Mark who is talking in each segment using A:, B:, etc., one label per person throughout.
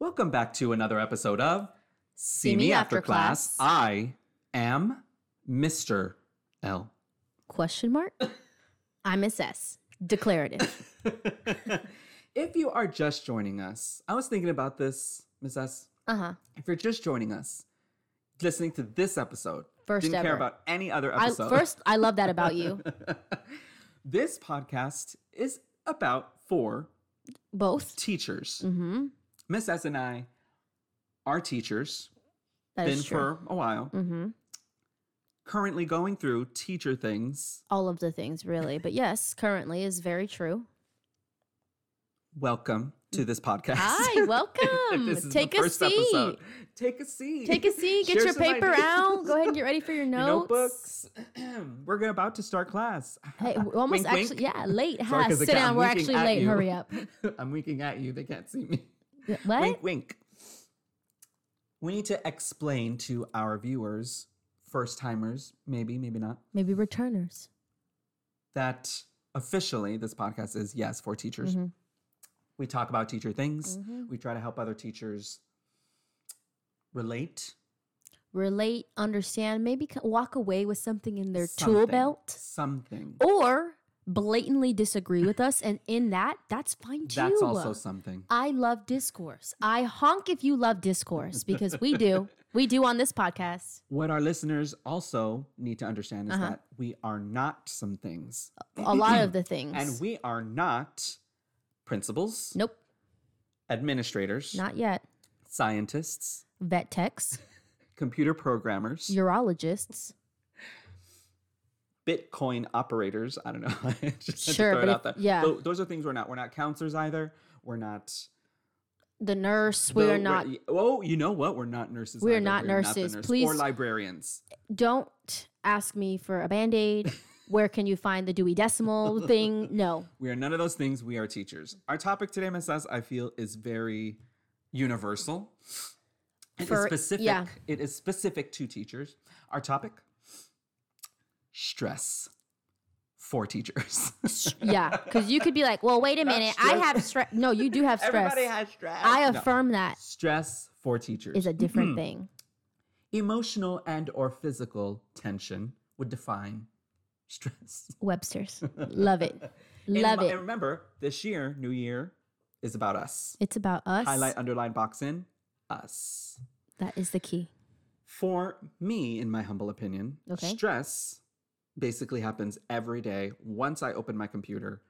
A: Welcome back to another episode of
B: See, me after class.
A: I am Mr. L.
B: Question mark? I'm Miss S. Declarative.
A: if you are just joining us, I was thinking about this, Miss S.
B: Uh huh.
A: If you're just joining us, listening to this episode,
B: 1st
A: didn't
B: ever.
A: care about any other
B: I,
A: episode.
B: first, I love that about you.
A: this podcast is about four
B: Both.
A: teachers.
B: Mm-hmm.
A: Miss S and I are teachers,
B: That
A: been
B: is true.
A: for a while,
B: mm-hmm.
A: currently going through teacher things.
B: All of the things, really. But yes, currently is very true.
A: Welcome to this podcast.
B: Hi, welcome.
A: this is
B: Take
A: the
B: a
A: first
B: seat.
A: episode. Take a seat.
B: Take a seat. Get
A: Share
B: your
A: some
B: paper
A: ideas.
B: out. Go ahead and get ready for your
A: Your
B: notes.
A: notebooks. We're g- about to start class.
B: Hey, we're almost
A: Wink,
B: actually,
A: wink.
B: yeah, late.
A: Sorry,
B: Ha,
A: 'cause
B: sit
A: again, I'm
B: down. We're
A: winking
B: actually
A: at
B: late.
A: you.
B: Hurry up.
A: I'm winking at you. They can't see me.
B: What?
A: Wink, wink. We need to explain to our viewers, first timers, maybe, maybe not,
B: Maybe returners.
A: that officially this podcast is yes for teachers.
B: Mhm.
A: We talk about teacher things.
B: Mhm.
A: We try to help other teachers relate
B: Relate, understand, maybe c- walk away with something in their tool
A: something,
B: belt.
A: Something.
B: or blatantly disagree with us and in that that's fine too
A: That's also something.
B: i love discourse i honk if you love discourse because we do we do on this podcast
A: What our listeners also need to understand is
B: Uh-huh.
A: that we are not some things.
B: a lot of the things
A: And we are not principals,
B: nope
A: administrators,
B: not yet
A: scientists,
B: vet techs
A: computer programmers,
B: urologists
A: Bitcoin operators. I don't know. I just had
B: Sure,
A: to throw
B: but
A: it
B: if-
A: out there.
B: yeah.
A: Tho- those are things we're not. We're not counselors either. We're not.
B: the nurse we're
A: though
B: not
A: oh, you know what? We're not nurses.
B: We're
A: either.
B: not
A: the
B: nurses.
A: nurse-
B: Please-
A: Or librarians.
B: don't ask me for a band-aid where can you find the dewey decimal thing no
A: We are none of those things. We are teachers. Our topic today, Miss S, I feel, is very universal. It is
B: For-
A: specific.
B: yeah.
A: It is specific to teachers. Our topic: stress for teachers.
B: yeah because you could be like well wait a minute i have stress no you do have stress
A: Everybody has stress.
B: i
A: No. Hmm.
B: affirm that
A: Stress for teachers
B: is a different thing
A: Emotional and or physical tension would define stress.
B: Webster's. Love it.
A: And
B: Love
A: mi-
B: it.
A: And remember, this year, New Year, is about us.
B: It's about us.
A: Highlight, underline, box in, us.
B: That is the key.
A: For me, in my humble opinion,
B: Okay.
A: stress basically happens every day once I open my computer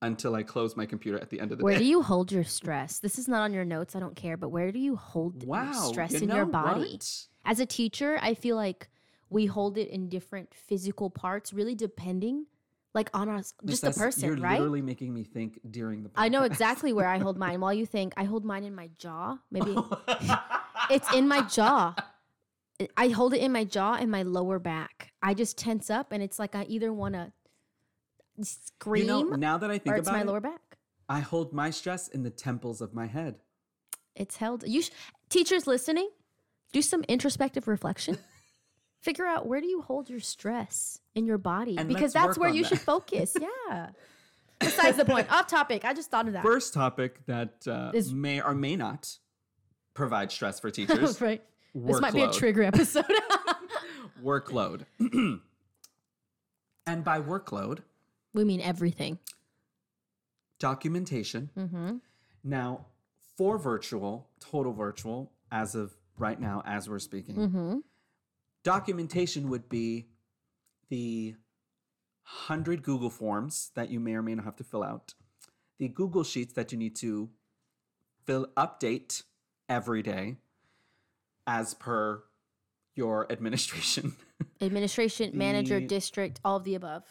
A: until I close my computer at the end of the
B: Where
A: day.
B: do you hold your stress? This is not on your notes. I don't care. But where do you hold your
A: wow,
B: stress
A: you
B: in your
A: know
B: body?
A: what?
B: As a teacher, I feel like we hold it in different physical parts, really depending, like on us,
A: Miss
B: just the
A: S,
B: person,
A: You're
B: right?
A: literally making me think during the. Podcast.
B: I know exactly where I hold mine. While you think, I hold mine in my jaw. Maybe it's in my jaw. I- I hold it in my jaw and my lower back. I just tense up, and it's like I either want to scream
A: You know, now that I think
B: or it's
A: about
B: my
A: it,
B: lower back.
A: I hold my stress in the temples of my head.
B: It's held. You sh- teachers listening, do some introspective reflection. Figure out where do you hold your stress in your body
A: And let's
B: because that's
A: work
B: where
A: on
B: you
A: that.
B: should focus. Yeah. Besides the point, off topic. I just thought of that.
A: First topic that uh,
B: Is-
A: may or may not provide stress for teachers:
B: right. This might be a
A: workload.
B: trigger episode.
A: workload. Um, and by workload,
B: we mean everything.
A: documentation.
B: Mm-hmm.
A: Now, for virtual, total virtual, as of right now, as we're speaking,
B: Mm-hmm.
A: documentation would be the 100 Google Forms that you may or may not have to fill out, the Google Sheets that you need to fill update every day as per your administration.
B: Administration, manager,
A: The-
B: district, all of the above.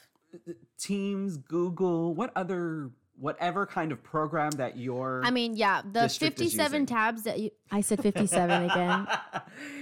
A: Teams, Google, what other whatever kind of program that your
B: I mean, yeah, the
A: district is
B: 57
A: using.
B: tabs that you. I said 57 again.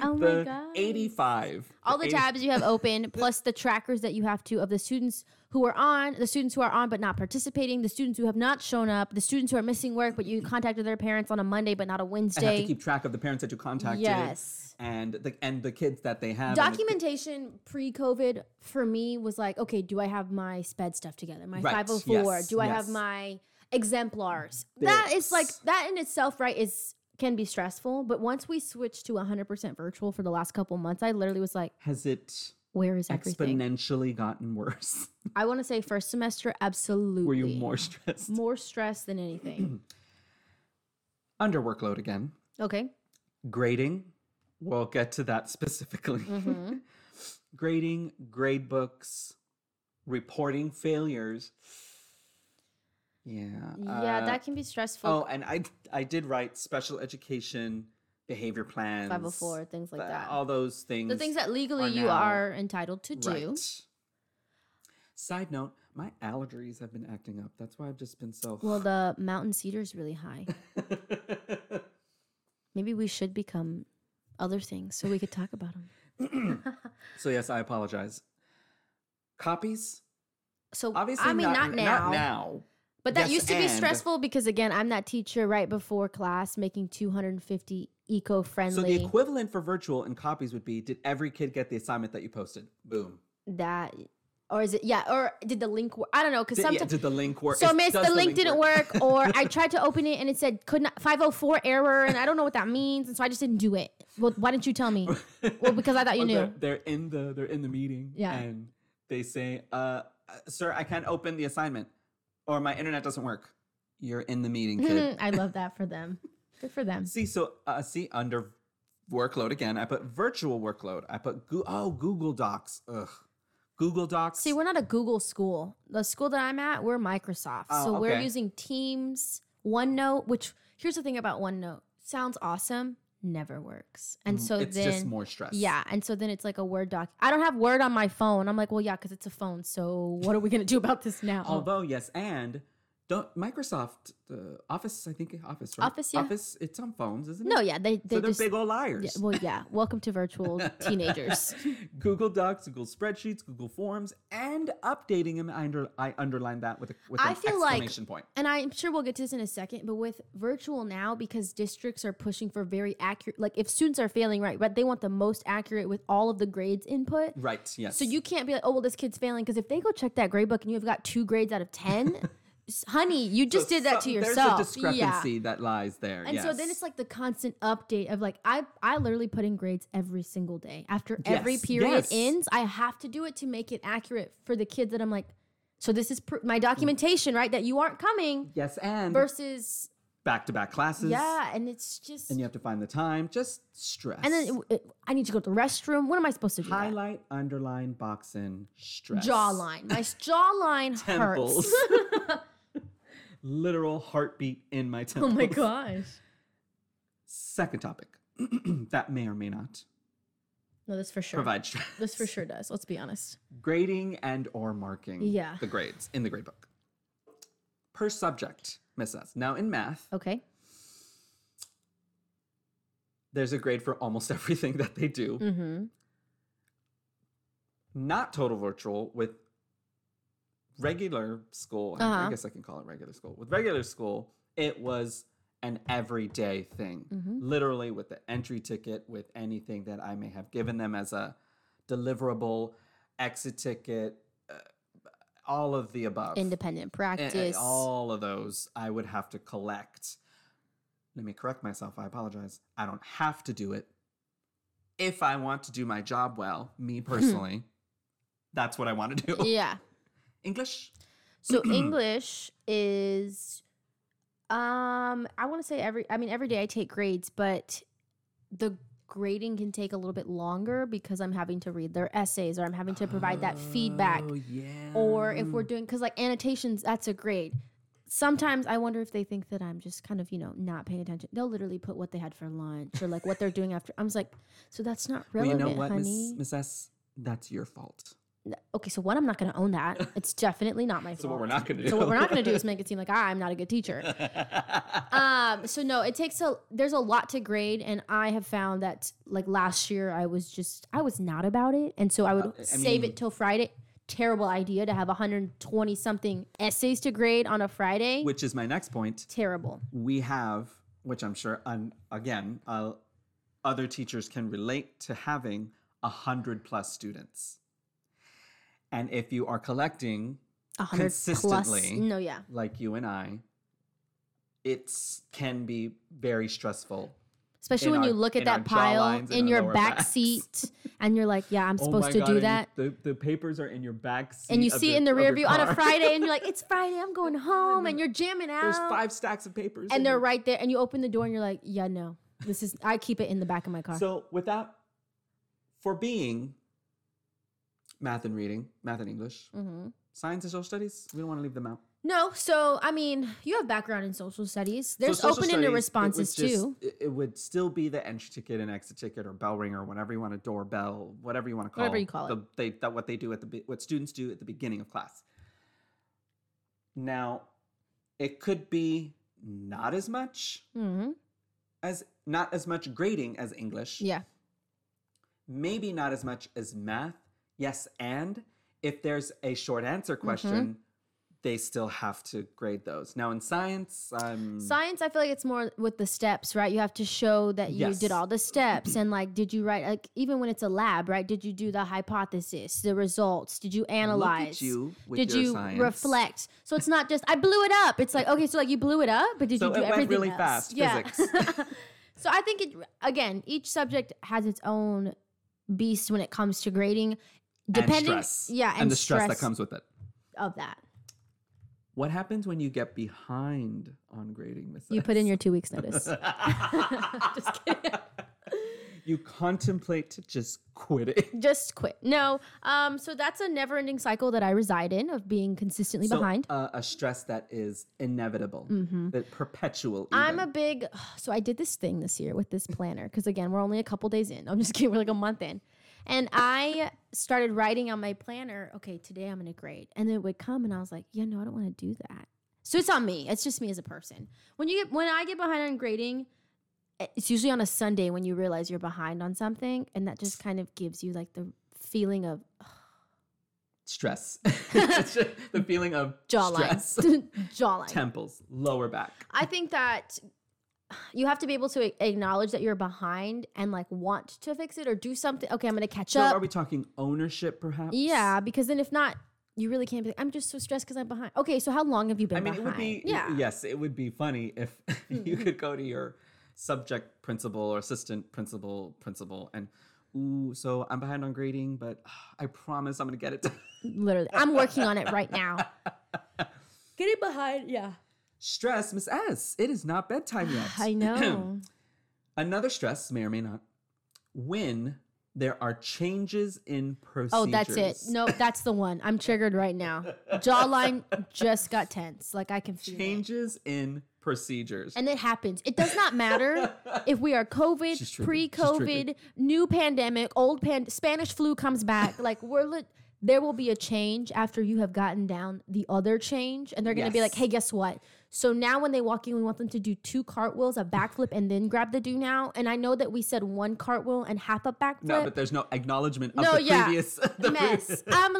B: Oh my
A: the
B: gosh.
A: 85
B: all the
A: 80
B: tabs you have open plus the trackers that you have to of the students who are on the students who are on but not participating the students who have not shown up the students who are missing work but you contacted their parents on a monday but not a
A: and have to
B: wednesday
A: keep track of the parents that you contacted
B: yes
A: and the and the kids that they have and the-
B: documentation pre-covid for me was like okay do i have my sped stuff together my
A: Right,
B: 504
A: yes,
B: do i have
A: yes.
B: my exemplars that is like
A: Bits.
B: that in itself right is can be stressful. But once we switched to 100% virtual for the last couple months, I literally was like,
A: Has it
B: where is everything?
A: exponentially gotten worse?
B: I want to say first semester, absolutely.
A: Were you more stressed?
B: More stressed than anything?
A: Under workload again.
B: okay.
A: Grading. We'll get to that specifically.
B: hmm
A: Grading, grade books, reporting failures. Yeah.
B: yeah,
A: uh,
B: that can be stressful.
A: Oh, and I I did write special education behavior plans.
B: 504, things oh like
A: th-
B: that.
A: All those things.
B: the things that legally
A: are
B: you
A: now-
B: are entitled to do.
A: Right. Side note, my allergies have been acting up. That's why I've just been so
B: Well, the mountain cedar is really high. Maybe we should become other things so we could talk about them.
A: So yes, I apologize. Copies?
B: so
A: Obviously
B: I mean, not, now,
A: Not now.
B: but that
A: Yes,
B: used to be
A: and-
B: stressful because again, I'm that teacher right before class making
A: So
B: 250
A: the
B: eco-friendly.
A: equivalent for virtual and copies would be did every kid get the assignment that you posted? Boom.
B: that or is it? Yeah, or did the link? Work? I don't know because
A: Did, yeah,
B: sometimes.
A: did the link work?
B: so
A: Is-
B: miss
A: does
B: the link didn't work, or I
A: tried.
B: tried to open it and it said could not 504 error and I don't know what that means and so I just didn't do it. Well, why didn't you tell me? Well, because I thought you
A: Well,
B: knew.
A: They're, they're in the they're in the meeting.
B: Yeah.
A: And they say, uh, uh, "Sir, I can't open the assignment, or my internet doesn't work." You're in the meeting, kid.
B: I love that for them. Good for them.
A: see, so uh, see under workload again. I put virtual workload. I put Goo oh Google Docs. Ugh, Google Docs.
B: See, we're not a Google school. The school that I'm at, we're Microsoft.
A: Oh,
B: so we're
A: okay.
B: using Teams, OneNote, which here's the thing about OneNote. Sounds awesome, never works. And so
A: Mm, it's
B: then
A: just more stress.
B: yeah, and so then it's like a Word doc. I don't have Word on my phone. I'm like, well, yeah, because it's a phone. So what are we gonna do about this now?
A: Although yes, and don't Microsoft uh, Office. I think Office. Right?
B: Office, yeah.
A: Office. It's on phones, isn't it?
B: no, yeah, they
A: So
B: they
A: they're
B: just
A: big old liars.
B: yeah, well, yeah. Welcome to virtual teenagers.
A: Google Docs, Google Spreadsheets, Google Forms, and updating them. I, under, I underlined that with a with
B: I
A: an
B: feel like-
A: exclamation point.
B: and I'm sure we'll get to this in a second, but with virtual now, because districts are pushing for very accurate, like if students are failing, right, but they want the most accurate with all of the grades input.
A: Right. Yes.
B: So you can't be like, oh, well, this kid's failing. Because if they go check that grade book and you've got two grades out of 10, s- honey, you
A: So
B: just did that to
A: some-
B: yourself.
A: There's a discrepancy that lies there.
B: And so then
A: yes.
B: it's like the constant update of like I I literally put in grades every single day. After every
A: Yes,
B: period
A: yes.
B: ends, I have to do it to make it accurate for the kids that I'm like, so this is pr- my documentation, right? That you aren't coming
A: yes, and
B: versus
A: back to back classes.
B: yeah, and it's just
A: And
B: and,
A: you have to find the time. Just stress.
B: then it- it- I need to go to the restroom. What am I supposed to do? that?
A: highlight, underline, box in, stress.
B: Jawline, my s- jawline
A: Temples.
B: hurts. Oh
A: Literal heartbeat in my
B: oh
A: temples.
B: my gosh!
A: Second topic that may or may not
B: No, this for sure.
A: provide stress.
B: This for sure does. Let's be honest.
A: grading and or marking
B: Yeah.
A: the grades in the grade book per subject miss s now in math
B: Okay.
A: there's a grade for almost everything that they do
B: Mm-hmm.
A: not total virtual with regular school I- i
B: Uh-huh.
A: guess i can call it regular school with regular school it was an everyday thing
B: Mhm.
A: literally with the entry ticket with anything that i may have given them as a deliverable exit ticket uh, all of the above
B: Independent
A: a- a-
B: practice.
A: all of those I would have to collect. Let me correct myself. I apologize. I don't have to do it. If I want to do my job well, me personally, that's what I want to do.
B: Hmm. yeah.
A: English?
B: So English is um I want to say every I mean every day I take grades, but the grading can take a little bit longer because I'm having to read their essays or I'm having to provide that feedback
A: Oh, yeah.
B: or if
A: Mm.
B: we're doing cuz like annotations that's a grade. Sometimes I wonder if they think that I'm just kind of, you know, not paying attention. They'll literally put what they had for lunch or like what they're doing after. I'm just like, so that's not
A: Well, you
B: relevant,
A: know what, Miss,
B: honey.
A: Miss S? That's your fault.
B: okay, so one, I'm not going to own that. It's definitely not my fault.
A: So, what we're not going to do.
B: So what we're not going to do is make it seem like I'm not a good teacher. Um, so no, it takes a there's a lot to grade, and I have found that like last year I was just I was not about it, and so I would
A: Uh, I
B: save
A: mean-
B: it till Friday. Terrible idea to have 120 something essays to grade on a Friday.
A: Which is my next point.
B: Terrible.
A: we have, which I'm sure, and again, uh, other teachers can relate to having a hundred plus students. And if you are collecting,
B: 100 plus.
A: Consistently.
B: No, yeah.
A: like you and I, it's can be very stressful.
B: Especially
A: in
B: when you
A: our-
B: look at
A: in our
B: that pile
A: jawlines
B: in,
A: and our
B: your
A: lower
B: back
A: backs.
B: seat and you're like, yeah, I'm
A: Oh
B: supposed
A: my
B: to
A: God,
B: do
A: and
B: that.
A: you- the, the papers are in your back seat.
B: and you
A: of
B: see it in the
A: of
B: rear
A: your
B: view on a
A: car.
B: Friday and you're like, it's Friday, I'm going home. And you're jamming out.
A: There's five stacks of papers. in
B: and they're
A: your-
B: right there. And you open the door and you're like, yeah, no, this is, I keep it in the back of my car.
A: So without for being math and reading, math and English,
B: hmm
A: science and social studies, we don't want to leave them out.
B: No, so I mean, you have background in social studies. There's
A: social
B: open-ended
A: studies, it
B: responses
A: would just-
B: too.
A: It, it would still be the entry ticket and exit ticket or bell ringer, whatever you want, a doorbell, whatever you want to call
B: Whatever you call it.
A: the- they, that what they do at the be- what students do at the beginning of class. Now, it could be not as much
B: hmm
A: as not as much grading as English.
B: Yeah,
A: maybe not as much as math. Yes, and if there's a short answer
B: Mm-hmm.
A: question, they still have to grade those. Now in science, um,
B: science. I feel like it's more with the steps, right? You have to show that you
A: Yes.
B: did all the steps, and like, did you write? Like, even when it's a lab, right? Did you do the hypothesis, the results? Did you analyze?
A: look at you with
B: did
A: your
B: you
A: science.
B: reflect? So it's not just I blew it up. It's like okay, so like you blew it up, but did
A: So
B: you do
A: it went
B: everything
A: really
B: else?
A: fast,
B: Yeah.
A: physics.
B: so I think it again, each subject has its own beast when it comes to grading. Depending,
A: and stress,
B: yeah, and,
A: and the stress, that comes with it.
B: of that.
A: What happens when you get behind on grading, Miss?
B: You put in your two weeks notice.
A: Just kidding. You contemplate just quitting.
B: Just quit. No. Um. So that's a never-ending cycle that I reside in of being consistently
A: So,
B: behind. Mm-hmm.
A: uh, a stress that is inevitable, that perpetual.
B: I'm a
A: even.
B: big. So I did this thing this year with this planner because again, we're only a couple days in. I'm just kidding. We're like a month in, and I started writing on my planner. Okay, today I'm gonna grade, and then it would come, and I was like, yeah, no, I don't want to do that. So it's on me. It's just me as a person. When you get when I get behind on grading, eh, it's usually on a Sunday when you realize you're behind on something, and that just kind of gives you like the feeling of
A: stress. It's just the feeling of
B: jawline,
A: stress.
B: jawline.
A: temples, lower back.
B: I think that you have to be able to a- acknowledge that you're behind and like want to fix it or do something. Okay, I'm gonna catch
A: So
B: up.
A: are we talking ownership perhaps?
B: yeah, because then if not, you really can't be. Like, I'm just so stressed because I'm behind. Okay, so how long have you been
A: I mean it
B: behind?
A: would be
B: yeah. Mm-hmm.
A: yes, it would be funny if you could go to your subject principal or assistant principal principal and ooh, so I'm behind on grading, but ah, I promise I'm gonna get it done.
B: Literally, I'm working on it right now. Getting behind, yeah.
A: Stress, Miss S, it is not bedtime yet.
B: I know.
A: Another stress may or may not when there are changes in procedures.
B: oh, that's it. No, that's the one. I'm triggered right now. Jawline just got tense. Like I can feel it.
A: Changes in procedures.
B: and it happens. It does not matter if we are
A: She's
B: COVID,
A: triggered. She's
B: pre-COVID,
A: triggered.
B: new pandemic, old pan Spanish flu comes back. like we're lit. There will be a change after you have gotten down the other change, and they're going to be like,
A: Yes.
B: "Hey, guess what?" So now when they walk in, we want them to do two cartwheels, a backflip, and then grab the do now. And I know that we said one cartwheel and half a backflip.
A: No, but there's no acknowledgement of
B: No,
A: the
B: yeah.
A: previous. the
B: mess. I'm.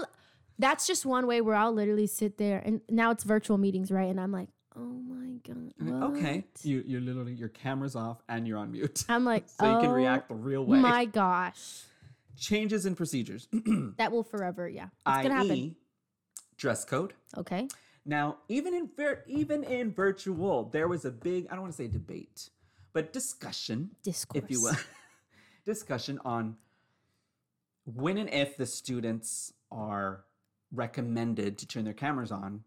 B: That's just one way where I'll literally sit there, and now it's virtual meetings, right? And I'm like, "Oh my god."
A: pre- okay,
B: what?"
A: you you're literally your camera's off and you're on mute, so
B: I'm like,
A: you can
B: "Oh
A: react the real way.
B: My gosh.
A: Changes in procedures,
B: That will forever, yeah. It's gonna happen.
A: i.e., dress code.
B: Okay.
A: Now, even in vir- even in virtual, there was a big I don't want to say debate, but discussion,
B: Discourse.
A: if you will, discussion on when and if the students are recommended to turn their cameras on.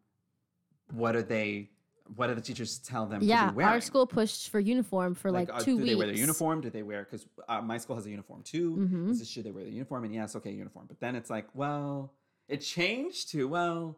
A: What are they? What do the teachers tell them?
B: Yeah.
A: to be
B: Our
A: wearing?
B: school pushed for uniform for like,
A: uh,
B: two
A: do
B: weeks.
A: they wear their uniform? Do they wear because uh, my school has a uniform too?
B: Mhm.
A: This is should they wear the uniform? And yes, okay, uniform. But then it's like, well, it changed to well,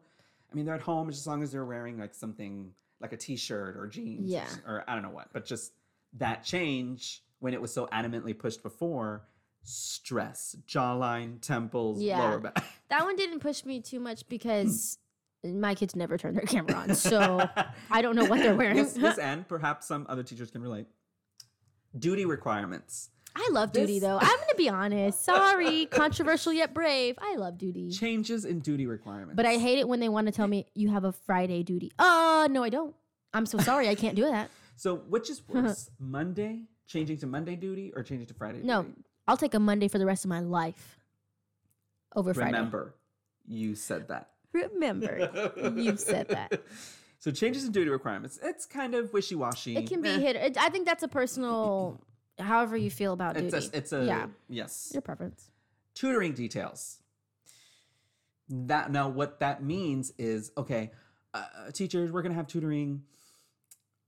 A: I mean, they're at home as long as they're wearing like something like a t-shirt or jeans, or
B: Yeah.
A: s- or, I don't know what. But just that change when it was so adamantly pushed before, stress, jawline, temples,
B: Yeah.
A: lower back.
B: That one didn't push me too
A: Hmm.
B: much because my kids never turn their camera on. So I don't know what they're wearing.
A: yes, yes, and perhaps some other teachers can relate. Duty requirements.
B: I love duty
A: This-
B: though. I'm gonna be honest. Sorry. Controversial yet brave. I love duty.
A: Changes in duty requirements.
B: But I hate it when they want to tell me you have a Friday duty. Oh no, I don't. I'm so sorry. I can't do that.
A: So which is worse, Monday changing to Monday duty or changing to Friday?
B: No,
A: duty?
B: I'll take a Monday for the rest of my life over Friday.
A: remember you said that.
B: Remember, you said that.
A: So changes in duty requirements. It's kind of Eh, wishy washy.
B: It can be hit. It, I think that's a personal, however you feel about duty.
A: It's a, it's a
B: yeah,
A: yes.
B: your preference.
A: tutoring details. That now what that means is okay, uh, teachers, we're gonna have tutoring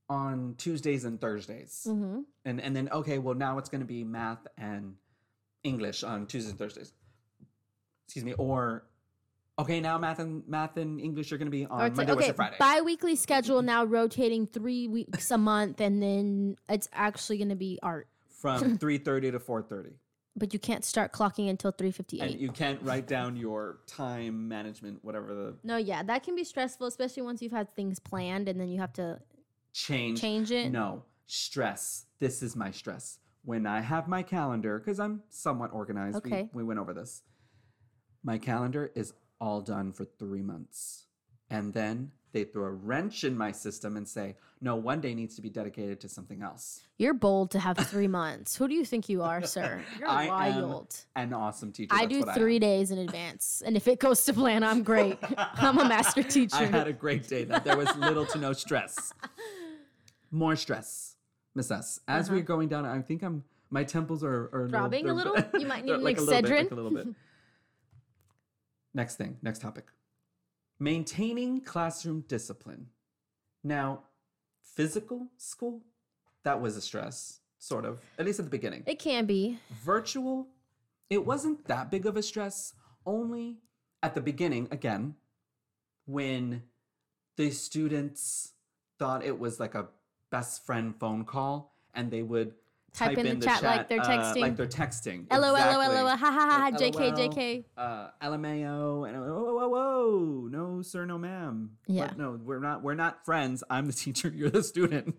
A: on Tuesdays and Thursdays,
B: Mm-hmm.
A: and and then okay, well now it's gonna be math and English on Tuesdays and Thursdays. Excuse me, or okay, now math and math and English are gonna be on
B: or Oh, it's
A: Monday,
B: like okay,
A: Wednesday, Friday.
B: bi-weekly schedule now rotating three weeks a month, and then it's actually going to be art.
A: from three thirty to four thirty,
B: But you can't start clocking until three fifty-eight.
A: and you can't write down your time management, whatever the
B: no, yeah, that can be stressful, especially once you've had things planned and then you have to
A: change
B: change it.
A: No, stress. This is my stress. When I have my calendar, because I'm somewhat organized,
B: Okay.
A: we, we went over this. My calendar is all done for three months. And then they throw a wrench in my system and say, no, one day needs to be dedicated to something else.
B: You're bold to have three months. Who do you think you are, sir? You're
A: I am
B: wild.
A: An awesome teacher.
B: I
A: that's
B: do
A: what
B: three days in advance, and if it goes to plan, I'm great. I'm a master teacher.
A: I, am. I had a great day that there was little to no stress. More stress, Miss S. As
B: Uh-huh.
A: we're going down, I think I'm my temples are, are
B: Throbbing a
A: they're-
B: little? You might need
A: they're
B: an
A: a little bit, like
B: Excedrin?
A: a little bit. Next thing, next topic. Maintaining classroom discipline. Now, physical school, that was a stress, sort of, at least at the beginning.
B: it can be.
A: Virtual, it wasn't that big of a stress, only at the beginning, again, when the students thought it was like a best friend phone call and they would
B: Type in the chat like they're
A: uh,
B: texting.
A: like they're texting.
B: LOL,
A: Exactly
B: LOL, ha ha ha ha,
A: Like,
B: JK,
A: LOL.
B: JK.
A: uh LMAO and whoa, whoa, whoa, whoa, no sir, no ma'am. But
B: Yeah.
A: no, we're not we're not friends. I'm the teacher, you're the student.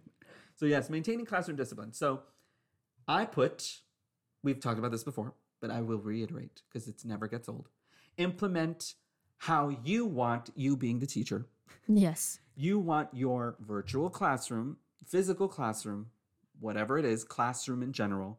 A: So yes, maintaining classroom discipline. So I put we've talked about this before, but I will reiterate because it never gets old. Implement how you want you being the teacher.
B: Yes.
A: You want your virtual classroom, physical classroom, whatever it is, classroom in general,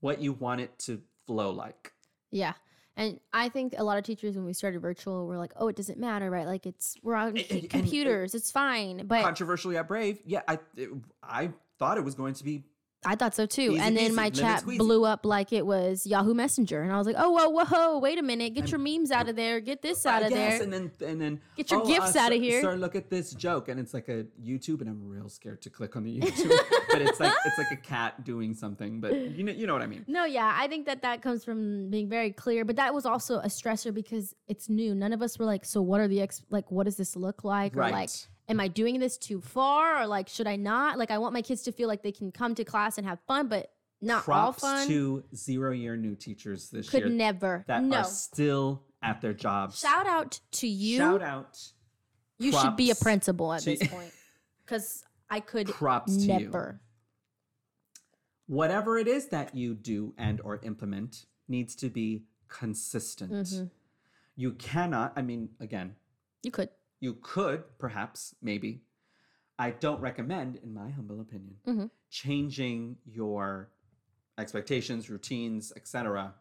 A: what you want it to flow like.
B: Yeah. And I think a lot of teachers, when we started virtual, were like, "Oh, it doesn't matter, right? Like it's we're on
A: And- and- and-
B: computers, it's fine." But
A: controversially at Brave. Yeah, I it- I thought it was going to be
B: I thought so too.
A: Easy
B: and then
A: peasy,
B: my
A: lemon
B: chat
A: squeezy.
B: blew up like it was Yahoo Messenger, and I was like, "Oh, whoa, whoa, wait a minute! Get
A: And-
B: your memes out of there. Get this out of
A: yes,
B: there.
A: and then and then
B: Get your
A: "Oh,
B: gifts
A: uh,
B: out of
A: sir-
B: here."
A: Sir, look at this joke, and it's like a YouTube, and I'm real scared to click on the YouTube, but it's like it's like a cat doing something, but you know you know what I mean.
B: No, yeah, I think that that comes from being very clear, but that was also a stressor because it's new. None of us were like, so what are the ex like? What does this look like? Or like,
A: Right.
B: am I doing this too far? Or like, should I not? Like, I want my kids to feel like they can come to class and have fun, but not
A: Props
B: all fun.
A: to zero year new teachers this
B: Could
A: year
B: never.
A: that
B: no.
A: are still at their jobs.
B: Shout out to you.
A: Shout out,
B: you should be a
A: props
B: principal at
A: to-
B: this point because I could
A: props to you.
B: never.
A: whatever it is that you do and or implement needs to be consistent
B: Mhm.
A: you cannot i mean again
B: You could.
A: you could perhaps maybe i don't recommend in my humble opinion
B: Mhm.
A: changing your expectations routines etc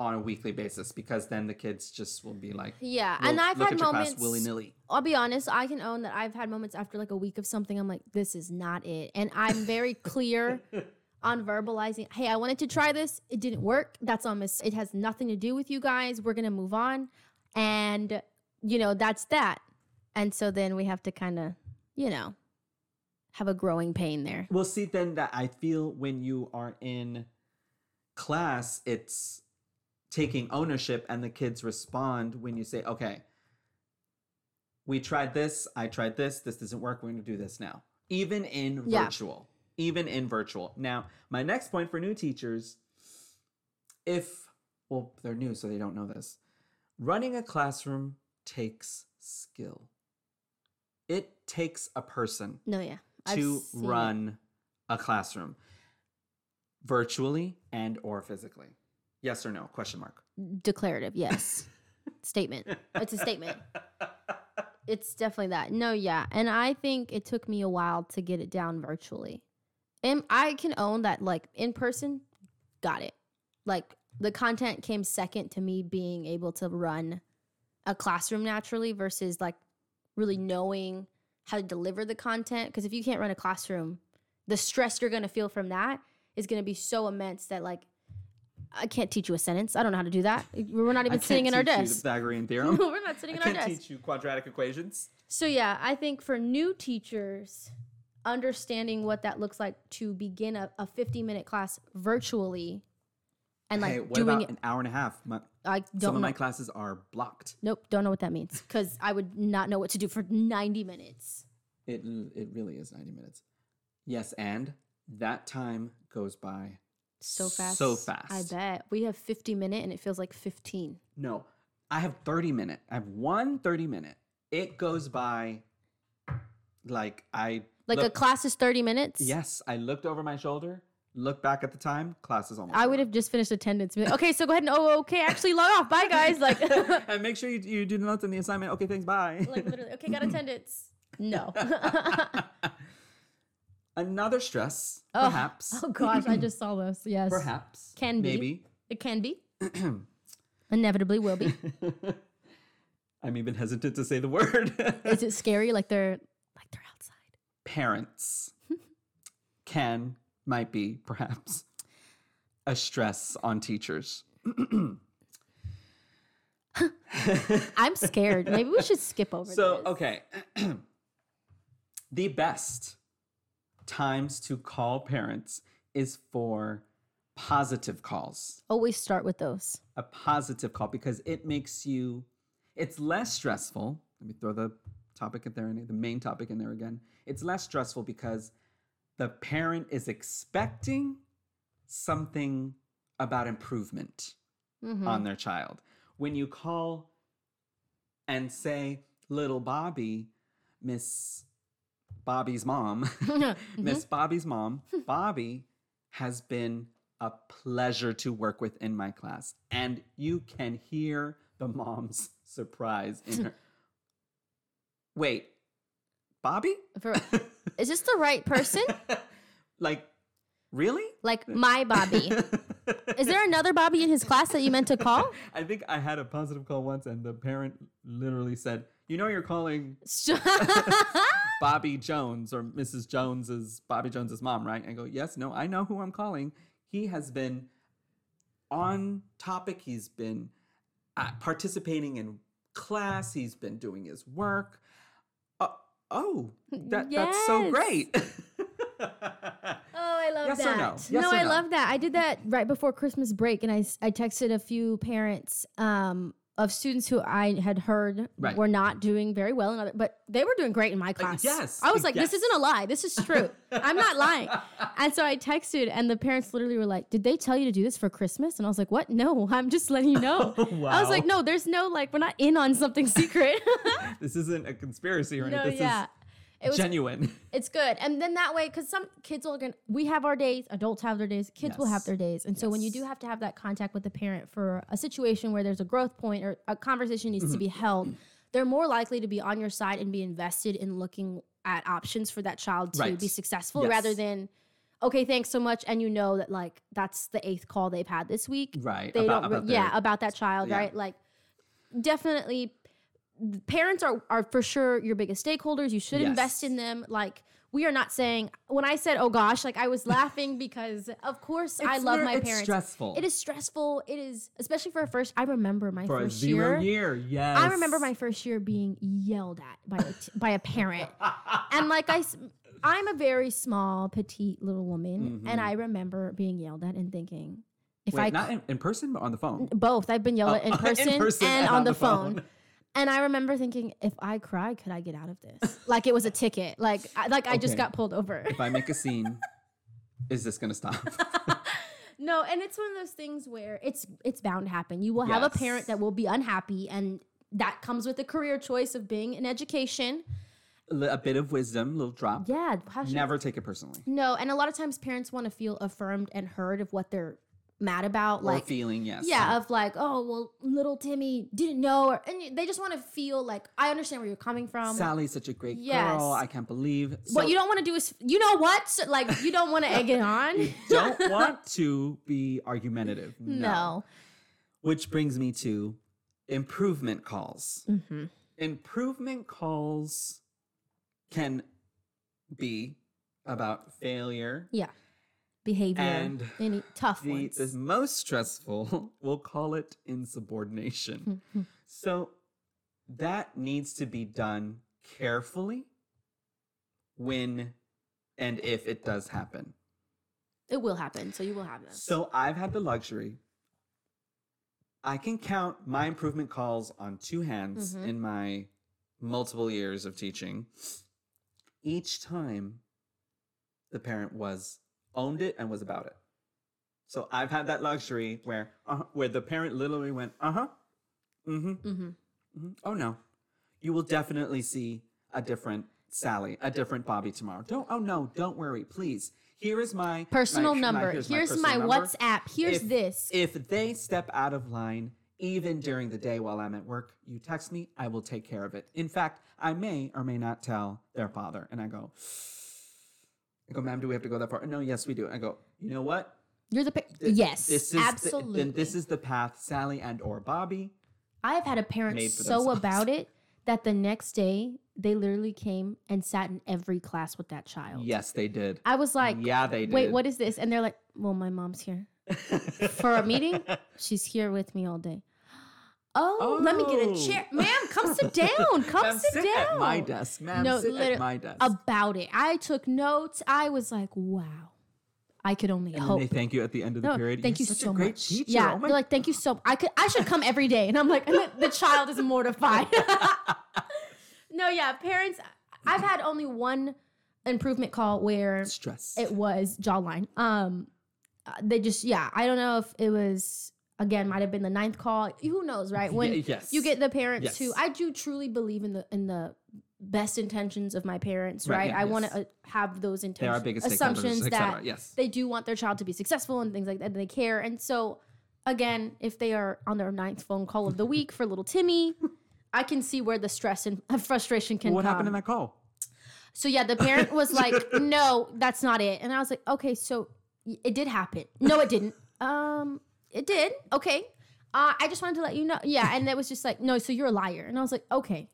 A: on a weekly basis because then the kids just will be like
B: Yeah,
A: "Look-
B: and I've
A: look
B: had
A: at your
B: moments.
A: class willy-nilly
B: I'll be honest, I can own that I've had moments after like a week of something, I'm like, this is not it. And I'm very clear on verbalizing, hey, I wanted to try this. It didn't work. That's on miss. It has nothing to do with you guys. We're going to move on. And, you know, that's that. And so then we have to kind of, you know, have a growing pain there.
A: Well, see, then that I feel when you are in class, it's taking ownership, and the kids respond when you say, "Okay, we tried this. I tried this. This doesn't work. We're going to do this now." Even in
B: Yeah.
A: virtual, even in virtual. Now, my next point for new teachers, if well, they're new, so they don't know this. Running a classroom takes skill. It takes a person
B: No, yeah. I've
A: to
B: seen it.
A: run a classroom virtually and or physically yes or no question mark
B: Declarative, yes. statement. It's a statement. It's definitely that. No, yeah. And I think it took me a while to get it down virtually. And I can own that, like, in person, got it. Like, the content came second to me being able to run a classroom naturally versus like really knowing how to deliver the content. Because if you can't run a classroom, the stress you're going to feel from that is going to be so immense that, like, I can't teach you a sentence. I don't know how to do that. We're not
A: I
B: even
A: can't
B: sitting in our
A: teach you
B: desk.
A: the Pythagorean theorem.
B: We're not
A: I
B: sitting in our
A: can't
B: desk.
A: teach you quadratic equations.
B: So yeah, I think for new teachers, understanding what that looks like to begin a, a 50 minute class virtually and like
A: hey, what
B: doing
A: about
B: it
A: an hour and a half? My,
B: I
A: some
B: don't know.
A: of my classes are blocked.
B: nope, don't know what that means cuz I would not know what to do for 90 minutes.
A: It it really is ninety minutes. Yes, and that time goes by.
B: So fast.
A: So
B: I
A: fast.
B: bet. We have 50 minute and it feels like 15.
A: No, I have thirty minute. I have one 30 minute. It goes by. Like I
B: Like a
A: look-
B: class is 30 minutes?
A: Yes, I looked over my shoulder, looked back at the time. Class is almost.
B: I
A: over.
B: would have just finished attendance. Be like, okay, so go ahead and oh okay, actually log off. Bye guys. Like
A: and make sure you, you do the notes in the assignment. Okay, thanks. Bye.
B: like literally, okay, got attendance. No. Oh,
A: Another stress,
B: Oh,
A: perhaps.
B: Oh gosh, I just saw this. Yes.
A: Perhaps.
B: Can be.
A: Maybe.
B: It can be. Inevitably will be.
A: I'm even hesitant to say the word.
B: Is it scary? Like they're like they're outside.
A: Parents can, might be, perhaps, a stress on teachers.
B: I'm scared. Maybe we should skip over
A: So,
B: this.
A: okay. the best times to call parents is for positive calls.
B: Always start with those.
A: A positive call because it makes you it's less stressful. Let me throw the topic in there, the main topic in there again. It's less stressful because the parent is expecting something about improvement
B: Mhm.
A: on their child. When you call and say, little Bobby, Miss Bobby's mom,
B: Mm-hmm.
A: Miss Bobby's mom, Bobby has been a pleasure to work with in my class. And you can hear the mom's surprise in her. Wait, Bobby?
B: For- is this the right person?
A: like, really?
B: Like my Bobby. Is there another Bobby in his class that you meant to call?
A: I think I had a positive call once, and the parent literally said, "You know, you're calling
B: So-
A: Bobby Jones or Mrs. Jones is Bobby Jones's mom, right?" I go, "Yes, no, I know who I'm calling. He has been on topic. He's been uh, participating in class. He's been doing his work. Uh, oh, that, that's so
B: Yes.
A: great."
B: Oh, I love
A: Yes or
B: that.
A: no? Yes or
B: I
A: no?
B: love that. I did that right before Christmas break, and I, s- I texted a few parents um, of students who I had heard
A: Right. Uh,
B: were not doing very well, in other, but they were doing great in my class.
A: yes,
B: I was like,
A: yes.
B: this isn't a lie. This is true. I'm not lying. And so I texted, and the parents literally were like, Did they tell you to do this for Christmas? And I was like, What? No, I'm just letting you know. I was like,
A: Wow.
B: No, there's no, like, we're not in on something secret.
A: this isn't a conspiracy or anything.
B: no,
A: this
B: yeah. It
A: is
B: was
A: genuine.
B: it's good. And then that way, because some kids are going to, we have our days, adults have their days, kids will have
A: Yes.
B: their days. And so when you
A: Yes.
B: do have to have that contact with the parent for a situation where there's a growth point or a conversation needs
A: Mm-hmm.
B: to be held, they're more likely to be on your side and be invested in looking at options for that child to
A: Right.
B: be successful
A: Yes.
B: rather than, okay, thanks so much. And you know that, like, that's the eighth call they've had this week
A: right.
B: they
A: about-
B: don't re-
A: about their-
B: yeah about that child
A: yeah.
B: right like definitely the parents are are for sure your biggest stakeholders you should invest
A: Yes.
B: in them like we are not saying when i said oh gosh like i was laughing because of course i
A: It's
B: love
A: ver-
B: my
A: it's
B: parents
A: Stressful.
B: it is stressful it is especially for a first i remember my
A: for a
B: first
A: zero
B: year
A: year. Yes,
B: I remember my first year being yelled at by a t- by a parent, and like I, am a very small, petite little woman, and
A: Mhm.
B: I remember being yelled at and thinking, if
A: Wait,
B: I
A: not in, in person, but on the phone.
B: both. I've been yelled at in
A: Oh,
B: person, and, on, the, phone. And I remember thinking, if I cry, could I get out of this? like it was a ticket. Like I, like I just
A: Okay.
B: got pulled over.
A: If I make a scene, is this gonna stop?
B: no, and it's one of those things where it's it's bound to happen. You will have a
A: Yes.
B: parent that will be unhappy, and that comes with a career choice of being in education.
A: Li- a bit of wisdom, little drop.
B: Yeah, how should-
A: Never take it personally.
B: No, and a lot of times parents want to feel affirmed and heard of what they're mad about.
A: or
B: Like
A: feeling, yes.
B: Yeah, of like, oh well, little Timmy didn't know, or, and they just want to feel like I understand where you're coming from.
A: Sally's such a great
B: um, Yes.
A: girl. I can't believe.
B: what
A: So
B: you don't want to do is, you know what? So, like, you don't want to egg it on.
A: don't want to be argumentative.
B: no.
A: Which brings me to improvement calls.
B: Mm-hmm.
A: improvement calls can be about failure.
B: Yeah. Behavior.
A: And
B: any tough
A: The,
B: ones.
A: the most stressful, we'll call it
B: Hmm.
A: insubordination.
B: Mm-hmm.
A: so that needs to be done carefully when and if it does happen.
B: it will happen. So you will have them.
A: So I've had the luxury. I can count my improvement calls on two hands
B: Mhm.
A: in my multiple years of teaching. Each time the parent was owned it and was about it. So I've had that luxury where uh, where the parent literally went, "Uh-huh. Mhm.
B: hmm
A: mhm, Oh no. You will definitely see a different Sally, a different Bobby tomorrow. Don't oh no, don't worry, please. Here is my my-
B: Personal
A: my-
B: number. here's my,
A: personal number."
B: WhatsApp. Here's
A: If-
B: this.
A: If they step out of line, even during the day while I'm at work, you text me, I will take care of it. In fact, I may or may not tell their father. And I go, I go, ma'am, do we have to go that far? No, yes, we do. I go, you know what?
B: You're the pa-
A: Th-
B: yes,
A: This is the-
B: absolutely.
A: then this is the path Sally and or Bobby.
B: I have had a
A: made
B: parent
A: for
B: so
A: themselves.
B: about it that the next day they literally came and sat in every class with that child.
A: Yes, they did.
B: I was like,
A: yeah, they did.
B: wait, what is this? And they're like, well, my mom's here for a meeting. She's here with me all day. Oh, let me get
A: Oh.
B: a chair, ma'am. Come sit down. Come
A: Ma'am,
B: sit, down.
A: at my desk, ma'am.
B: No,
A: sit
B: liter-
A: at my desk.
B: About it, I took notes. I was like, wow, I could only
A: and then
B: hope.
A: they thank you at the end of the
B: No,
A: period.
B: Thank you
A: You're such
B: so
A: a great
B: much.
A: Teacher.
B: Yeah,
A: Oh my
B: they're like, thank you so. I could, I should come every day, and I'm like, and the, the child is mortified. no, yeah, parents. I've had only one improvement call where
A: stress.
B: it was jawline. Um, uh, they just, yeah, I don't know if it was again might have been the ninth call. Who knows, right? When
A: Ye- yes.
B: you get the parents
A: Yes.
B: who I do truly believe in the in the best intentions of my parents,
A: Right,
B: right?
A: yeah,
B: I want
A: yes.
B: to uh, have those
A: They're our
B: intentions,
A: biggest
B: assumptions
A: stakeholders, et
B: that
A: cetera. yes.
B: they do want their child to be successful and things like that. They care. And so, again, if they are on their ninth phone call of the week for little Timmy, I can see where the stress and frustration can
A: what
B: come.
A: happened in that call?
B: so, yeah, the parent was like, no, that's not it. And I was like, okay, so y- it did happen. No, it didn't. Um, It did. Okay. Uh, I just wanted to let you know. Yeah. And it was just like, no, so you're a liar. And I was like, okay.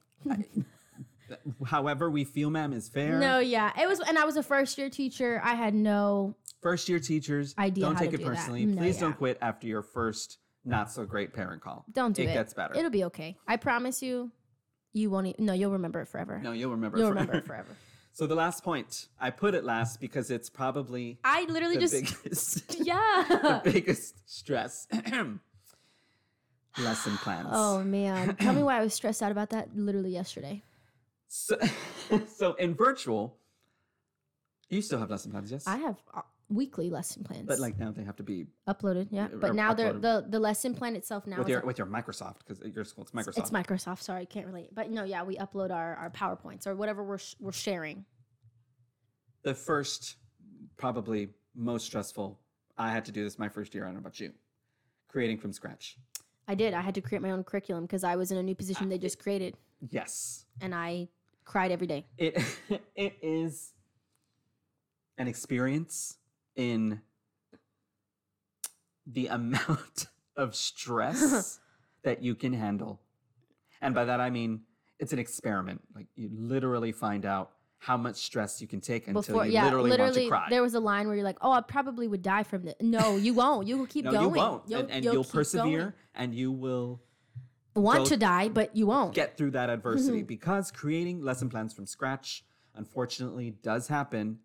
A: However, we feel, ma'am, is fair.
B: No, yeah. It was, and I was a first year teacher. I had no,
A: First year teachers,
B: Idea
A: don't
B: how
A: take
B: to
A: it
B: do that.
A: personally.
B: No,
A: Please
B: yeah.
A: don't quit after your first not so great parent call.
B: don't do
A: it
B: it.
A: gets better.
B: It'll be okay. I promise you, you won't. E- no, you'll remember it forever.
A: no, you'll remember.
B: you'll
A: forever.
B: remember it forever.
A: So the last point, I put it last because it's probably
B: I literally
A: the
B: just
A: biggest, the
B: yeah.
A: biggest stress. Lesson plans.
B: Oh man, tell me why I was stressed out about that literally yesterday.
A: So, so in virtual, you still have lesson plans, yes?
B: I have uh, weekly lesson plans,
A: but like now they have to be
B: uploaded, yeah.
A: Yeah,
B: But now they're,
A: uploaded.
B: the the lesson plan itself now
A: with
B: is
A: your
B: up-
A: with your Microsoft because your school it's Microsoft.
B: it's Microsoft. Sorry, can't relate. But no, yeah, we upload our our powerpoints or whatever we're sh- we're sharing.
A: the first, probably most stressful. I had to do this my first year. I don't know about you. Creating from scratch.
B: I did. I had to create my own curriculum because I was in a new position they just created,
A: Yes,
B: and I cried every day.
A: it it is an experience in the amount of stress that you can handle, and by that I mean it's an experiment. Like you literally find out how much stress you can take until
B: before
A: you
B: yeah
A: literally,
B: literally,
A: want to cry.
B: there was a line where you're like oh i probably would die from this no you won't you will keep
A: no,
B: going
A: you won't, and, and you'll
B: keep
A: persevere,
B: going.
A: and you will
B: want
A: Go-
B: to die but you won't
A: get through that adversity
B: Mm-hmm.
A: because creating lesson plans from scratch unfortunately does happen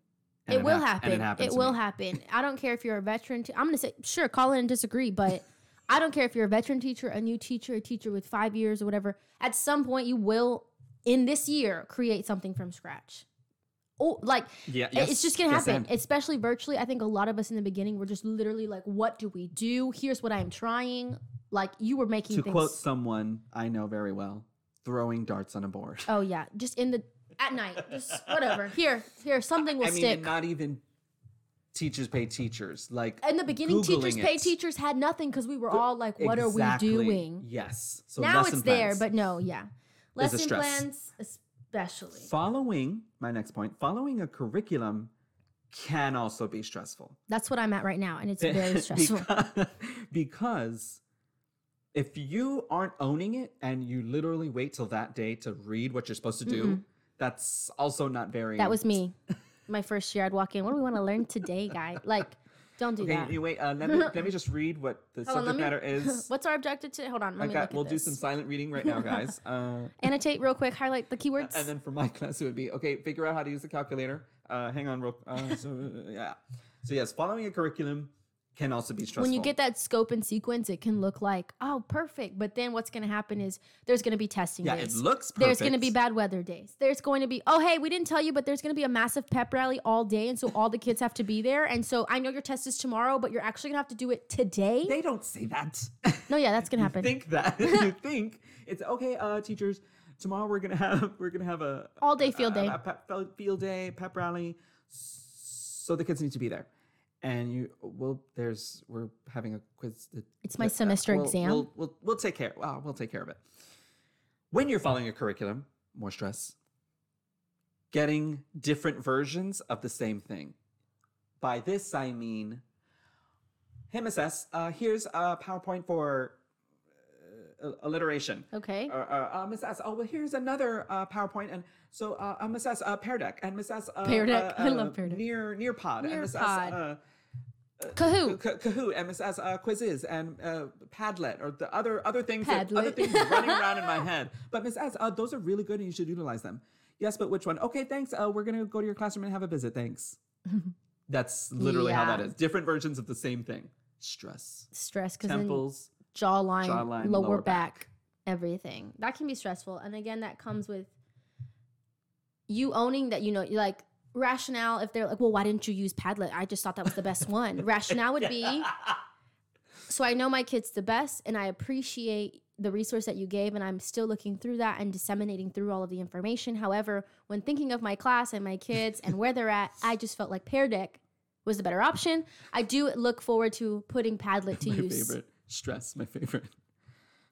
A: and
B: it will
A: hap-
B: happen
A: and it happens to
B: will
A: me.
B: happen i don't care if you're a veteran te- i'm gonna say sure call in and disagree but i don't care if you're a veteran teacher a new teacher a teacher with five years or whatever at some point you will in this year create something from scratch oh like
A: yeah
B: It-
A: yes,
B: It's just gonna
A: yes,
B: happen,
A: and-
B: especially virtually. I think a lot of us in the beginning were just literally like, "What do we do? Here's what I am trying." Like you were making
A: to
B: things.
A: quote someone i know very well throwing darts on a board
B: oh yeah, just in the at night, just whatever. Here, here, something will
A: i mean
B: stick.
A: and not even teachers pay teachers like
B: in the beginning, teachers
A: Googling
B: pay
A: it.
B: teachers had nothing because we were all like, "What
A: Exactly.
B: are we doing?"
A: yes so
B: now
A: lesson
B: it's there,
A: plans.
B: but no, yeah,
A: There's a
B: lesson
A: stress.
B: plans especially.
A: following my next point following a curriculum can also be stressful
B: That's what I'm at right now, and it's very stressful.
A: Because, because If you aren't owning it and you literally wait till that day to read what you're supposed to do,
B: Mm-mm.
A: that's also not very.
B: Mm-hmm. That was me. My first year, I'd walk in. What do we want to learn today, guy? Like, don't do
A: Okay,
B: that.
A: you wait. Uh, let me let me just read what the
B: Hold on, let
A: subject
B: me-
A: matter is.
B: What's our objective today? Hold on, let
A: I
B: me
A: got.
B: look at
A: We'll do
B: this.
A: some silent reading right now, guys. Uh,
B: Annotate real quick. Highlight the keywords.
A: and then for my class, it would be okay. Figure out how to use the calculator. Uh, hang on, real. Uh, so uh, yeah. So yes, following a curriculum can also be stressful.
B: when you get that scope and sequence, it can look like oh perfect, but then what's going to happen is there's going to be testing
A: yeah, it
B: days.
A: looks. Perfect.
B: there's going to be bad weather days. There's going to be oh hey, we didn't tell you, but there's going to be a massive pep rally all day, and so all the kids have to be there. And so I know your test is tomorrow, but you're actually going to have to do it today.
A: They don't say that.
B: no, yeah, that's going to happen
A: think that you think it's okay uh teachers tomorrow we're gonna have we're gonna have a
B: all day field
A: a-
B: day.
A: a pep, fel- field day pep rally so the kids need to be there and you well there's we're having a quiz that-
B: It's my
A: that- uh,
B: semester
A: we'll-
B: exam.
A: we'll, we'll we'll take care well, we'll take care of it when you're following a curriculum more stress getting different versions of the same thing by this i mean hey mss uh, here's a powerpoint for uh, alliteration
B: okay.
A: or, or, uh, Miss S, oh well, here's another uh, PowerPoint, and so uh, uh, Miss S, uh, Pear Deck, and Miss S, uh,
B: Pear Deck.
A: uh,
B: I love
A: uh,
B: Pear Deck.
A: Near Near Pod, and
B: Near
A: Miss
B: Pod.
A: S, uh, K-
B: Kahoot.
A: Kahoot, and Miss S, uh, Quizzes, and uh, Padlet, or the other other things, that- other
B: Padlet.
A: things running around in my head. But Miss S, uh, those are really good, and you should utilize them. Yes, but which one? Okay, thanks. Uh, we're gonna go to your classroom and have a visit. Thanks. That's literally how
B: Yeah.
A: that is. Different versions of the same thing. Stress,
B: Stress because then
A: temples.
B: jawline,
A: Jawline,
B: lower,
A: lower
B: back,
A: back.
B: everything. That can be stressful. And again, that comes with you owning that, you know, you like rationale if they're like, well, why didn't you use Padlet? I just thought that was the best one. rationale would be so I know my kids the best and I appreciate the resource that you gave and I'm still looking through that and disseminating through all of the information. However, when thinking of my class and my kids and where they're at, I just felt like Pear Deck was the better option. I do look forward to putting Padlet to
A: my
B: use.
A: favorite stress my favorite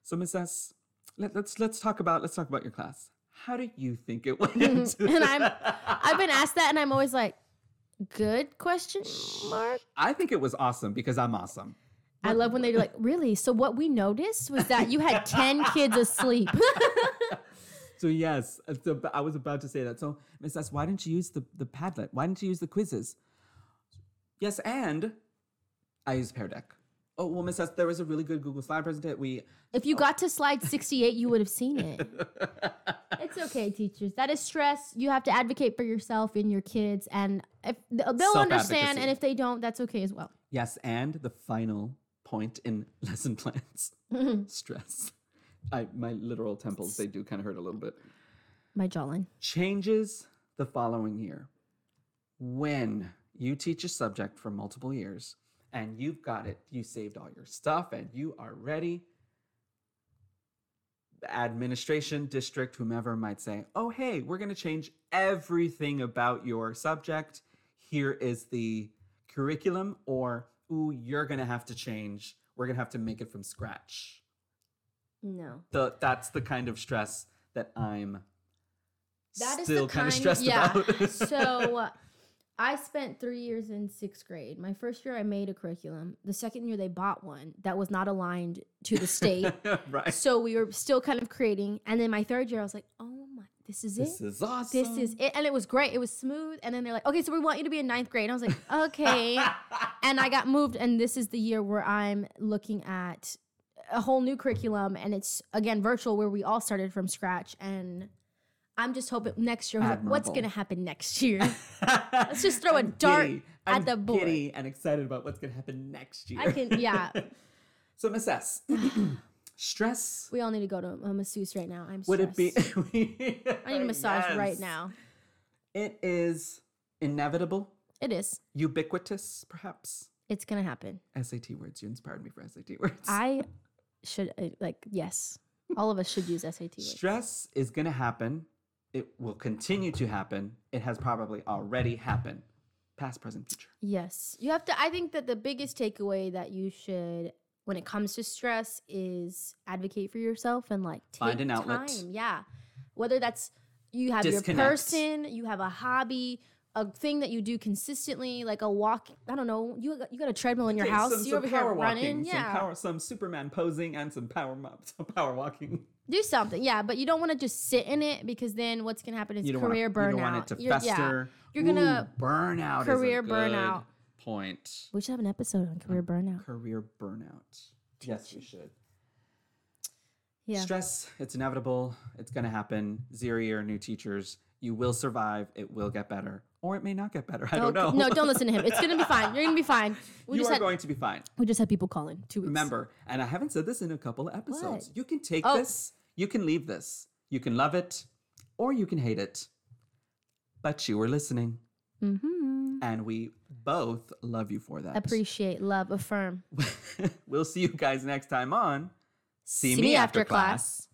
A: so miss s let, let's let's talk about let's talk about your class how do you think it went into
B: And
A: this?
B: I'm- I've been asked that, and I'm always like, "Good question mark."
A: i think it was awesome because i'm awesome
B: I love when they're like, "Really?" So what we noticed was that you had ten kids asleep.
A: so yes uh, so b- i was about to say that so miss s why didn't you use the the padlet why didn't you use the quizzes yes and i use pear deck oh well miss s there was a really good google slide presentation we
B: if you got to slide sixty-eight, you would have seen it. It's okay, teachers. That is stress. You have to advocate for yourself and your kids, and if they'll they'll understand,
A: Self-advocacy.
B: and if they don't, that's okay as well.
A: yes and the final point in lesson plans stress I, my literal temples they do kind of hurt a little bit
B: My jawline.
A: changes the following year. When you teach a subject for multiple years and you've got it, you saved all your stuff and you are ready, the administration, district, whomever might say, oh, hey, we're going to change everything about your subject. Here is the curriculum, or, ooh, you're going to have to change. We're going to have to make it from scratch
B: No.
A: the that's the kind of stress that I'm
B: That is the
A: still kind
B: kind-
A: of stressed
B: yeah.
A: about.
B: so uh, I spent three years in sixth grade. My first year, I made a curriculum. The second year, they bought one that was not aligned to the state.
A: right.
B: so we were still kind of creating. And then my third year, I was like, oh my, this is
A: This
B: it.
A: is awesome.
B: This is it. And it was great. It was smooth. And then they're like, okay, so we want you to be in ninth grade. And I was like, okay. and I got moved. And this is the year where I'm looking at a whole new curriculum. And it's, again, virtual where we all started from scratch. And I'm just hoping next year, I was like, what's
A: Admirable.
B: going to happen next year?
A: Let's
B: just throw a dart at
A: I'm
B: the board.
A: Giddy and excited about what's going to happen next year.
B: I can, yeah.
A: so Miss S, stress.
B: We all need to go to a masseuse right now. I'm
A: Would
B: stressed.
A: it be?
B: I need a massage right
A: Yes.
B: now.
A: It is inevitable,
B: It is.
A: ubiquitous, perhaps.
B: It's gonna happen.
A: SAT words. You inspired me for SAT words.
B: I should uh, like yes. All of us should use SAT. words.
A: Stress is going to happen. It will continue to happen. It has probably already happened. Past, present, future.
B: Yes, you have to. I think that the biggest takeaway that you should, when it comes to stress, is advocate for yourself and like take
A: Find an outlet.
B: Time. Yeah, whether that's you have
A: Disconnect.
B: your person, you have a hobby, a thing that you do consistently, like a walk. I don't know. You got- you got a treadmill in your
A: Yeah,
B: house.
A: some,
B: you
A: some
B: over
A: power
B: here running.
A: walking,
B: yeah,
A: some, power, some Superman posing and some power mo- some power walking.
B: do something. Yeah, but you don't want to just sit in it because then what's gonna happen is
A: you don't
B: career
A: want, You
B: burnout.
A: don't want it to
B: You're- yeah.
A: fester.
B: You're gonna-
A: Ooh, burnout. is a
B: career
A: good
B: burnout.
A: point.
B: We should have an episode on career burnout.
A: Career burnout. Yes, we should.
B: Yeah.
A: Stress, it's inevitable. It's going to happen. Zero year, new teachers. You will survive. It will get better. Or it may not get better. I don't know.
B: Okay. No, don't listen to him. It's gonna be fine. You're gonna be fine. We
A: you
B: just
A: are
B: had
A: going to be fine.
B: we just had people call in two weeks.
A: Remember, and I haven't said this in a couple of episodes.
B: What?
A: You can take
B: Oh.
A: this, you can leave this, you can love it, or you can hate it. But you were listening,
B: Mm-hmm.
A: and we both love you for that.
B: Appreciate, love, affirm.
A: we'll see you guys next time on
B: See Me After Class.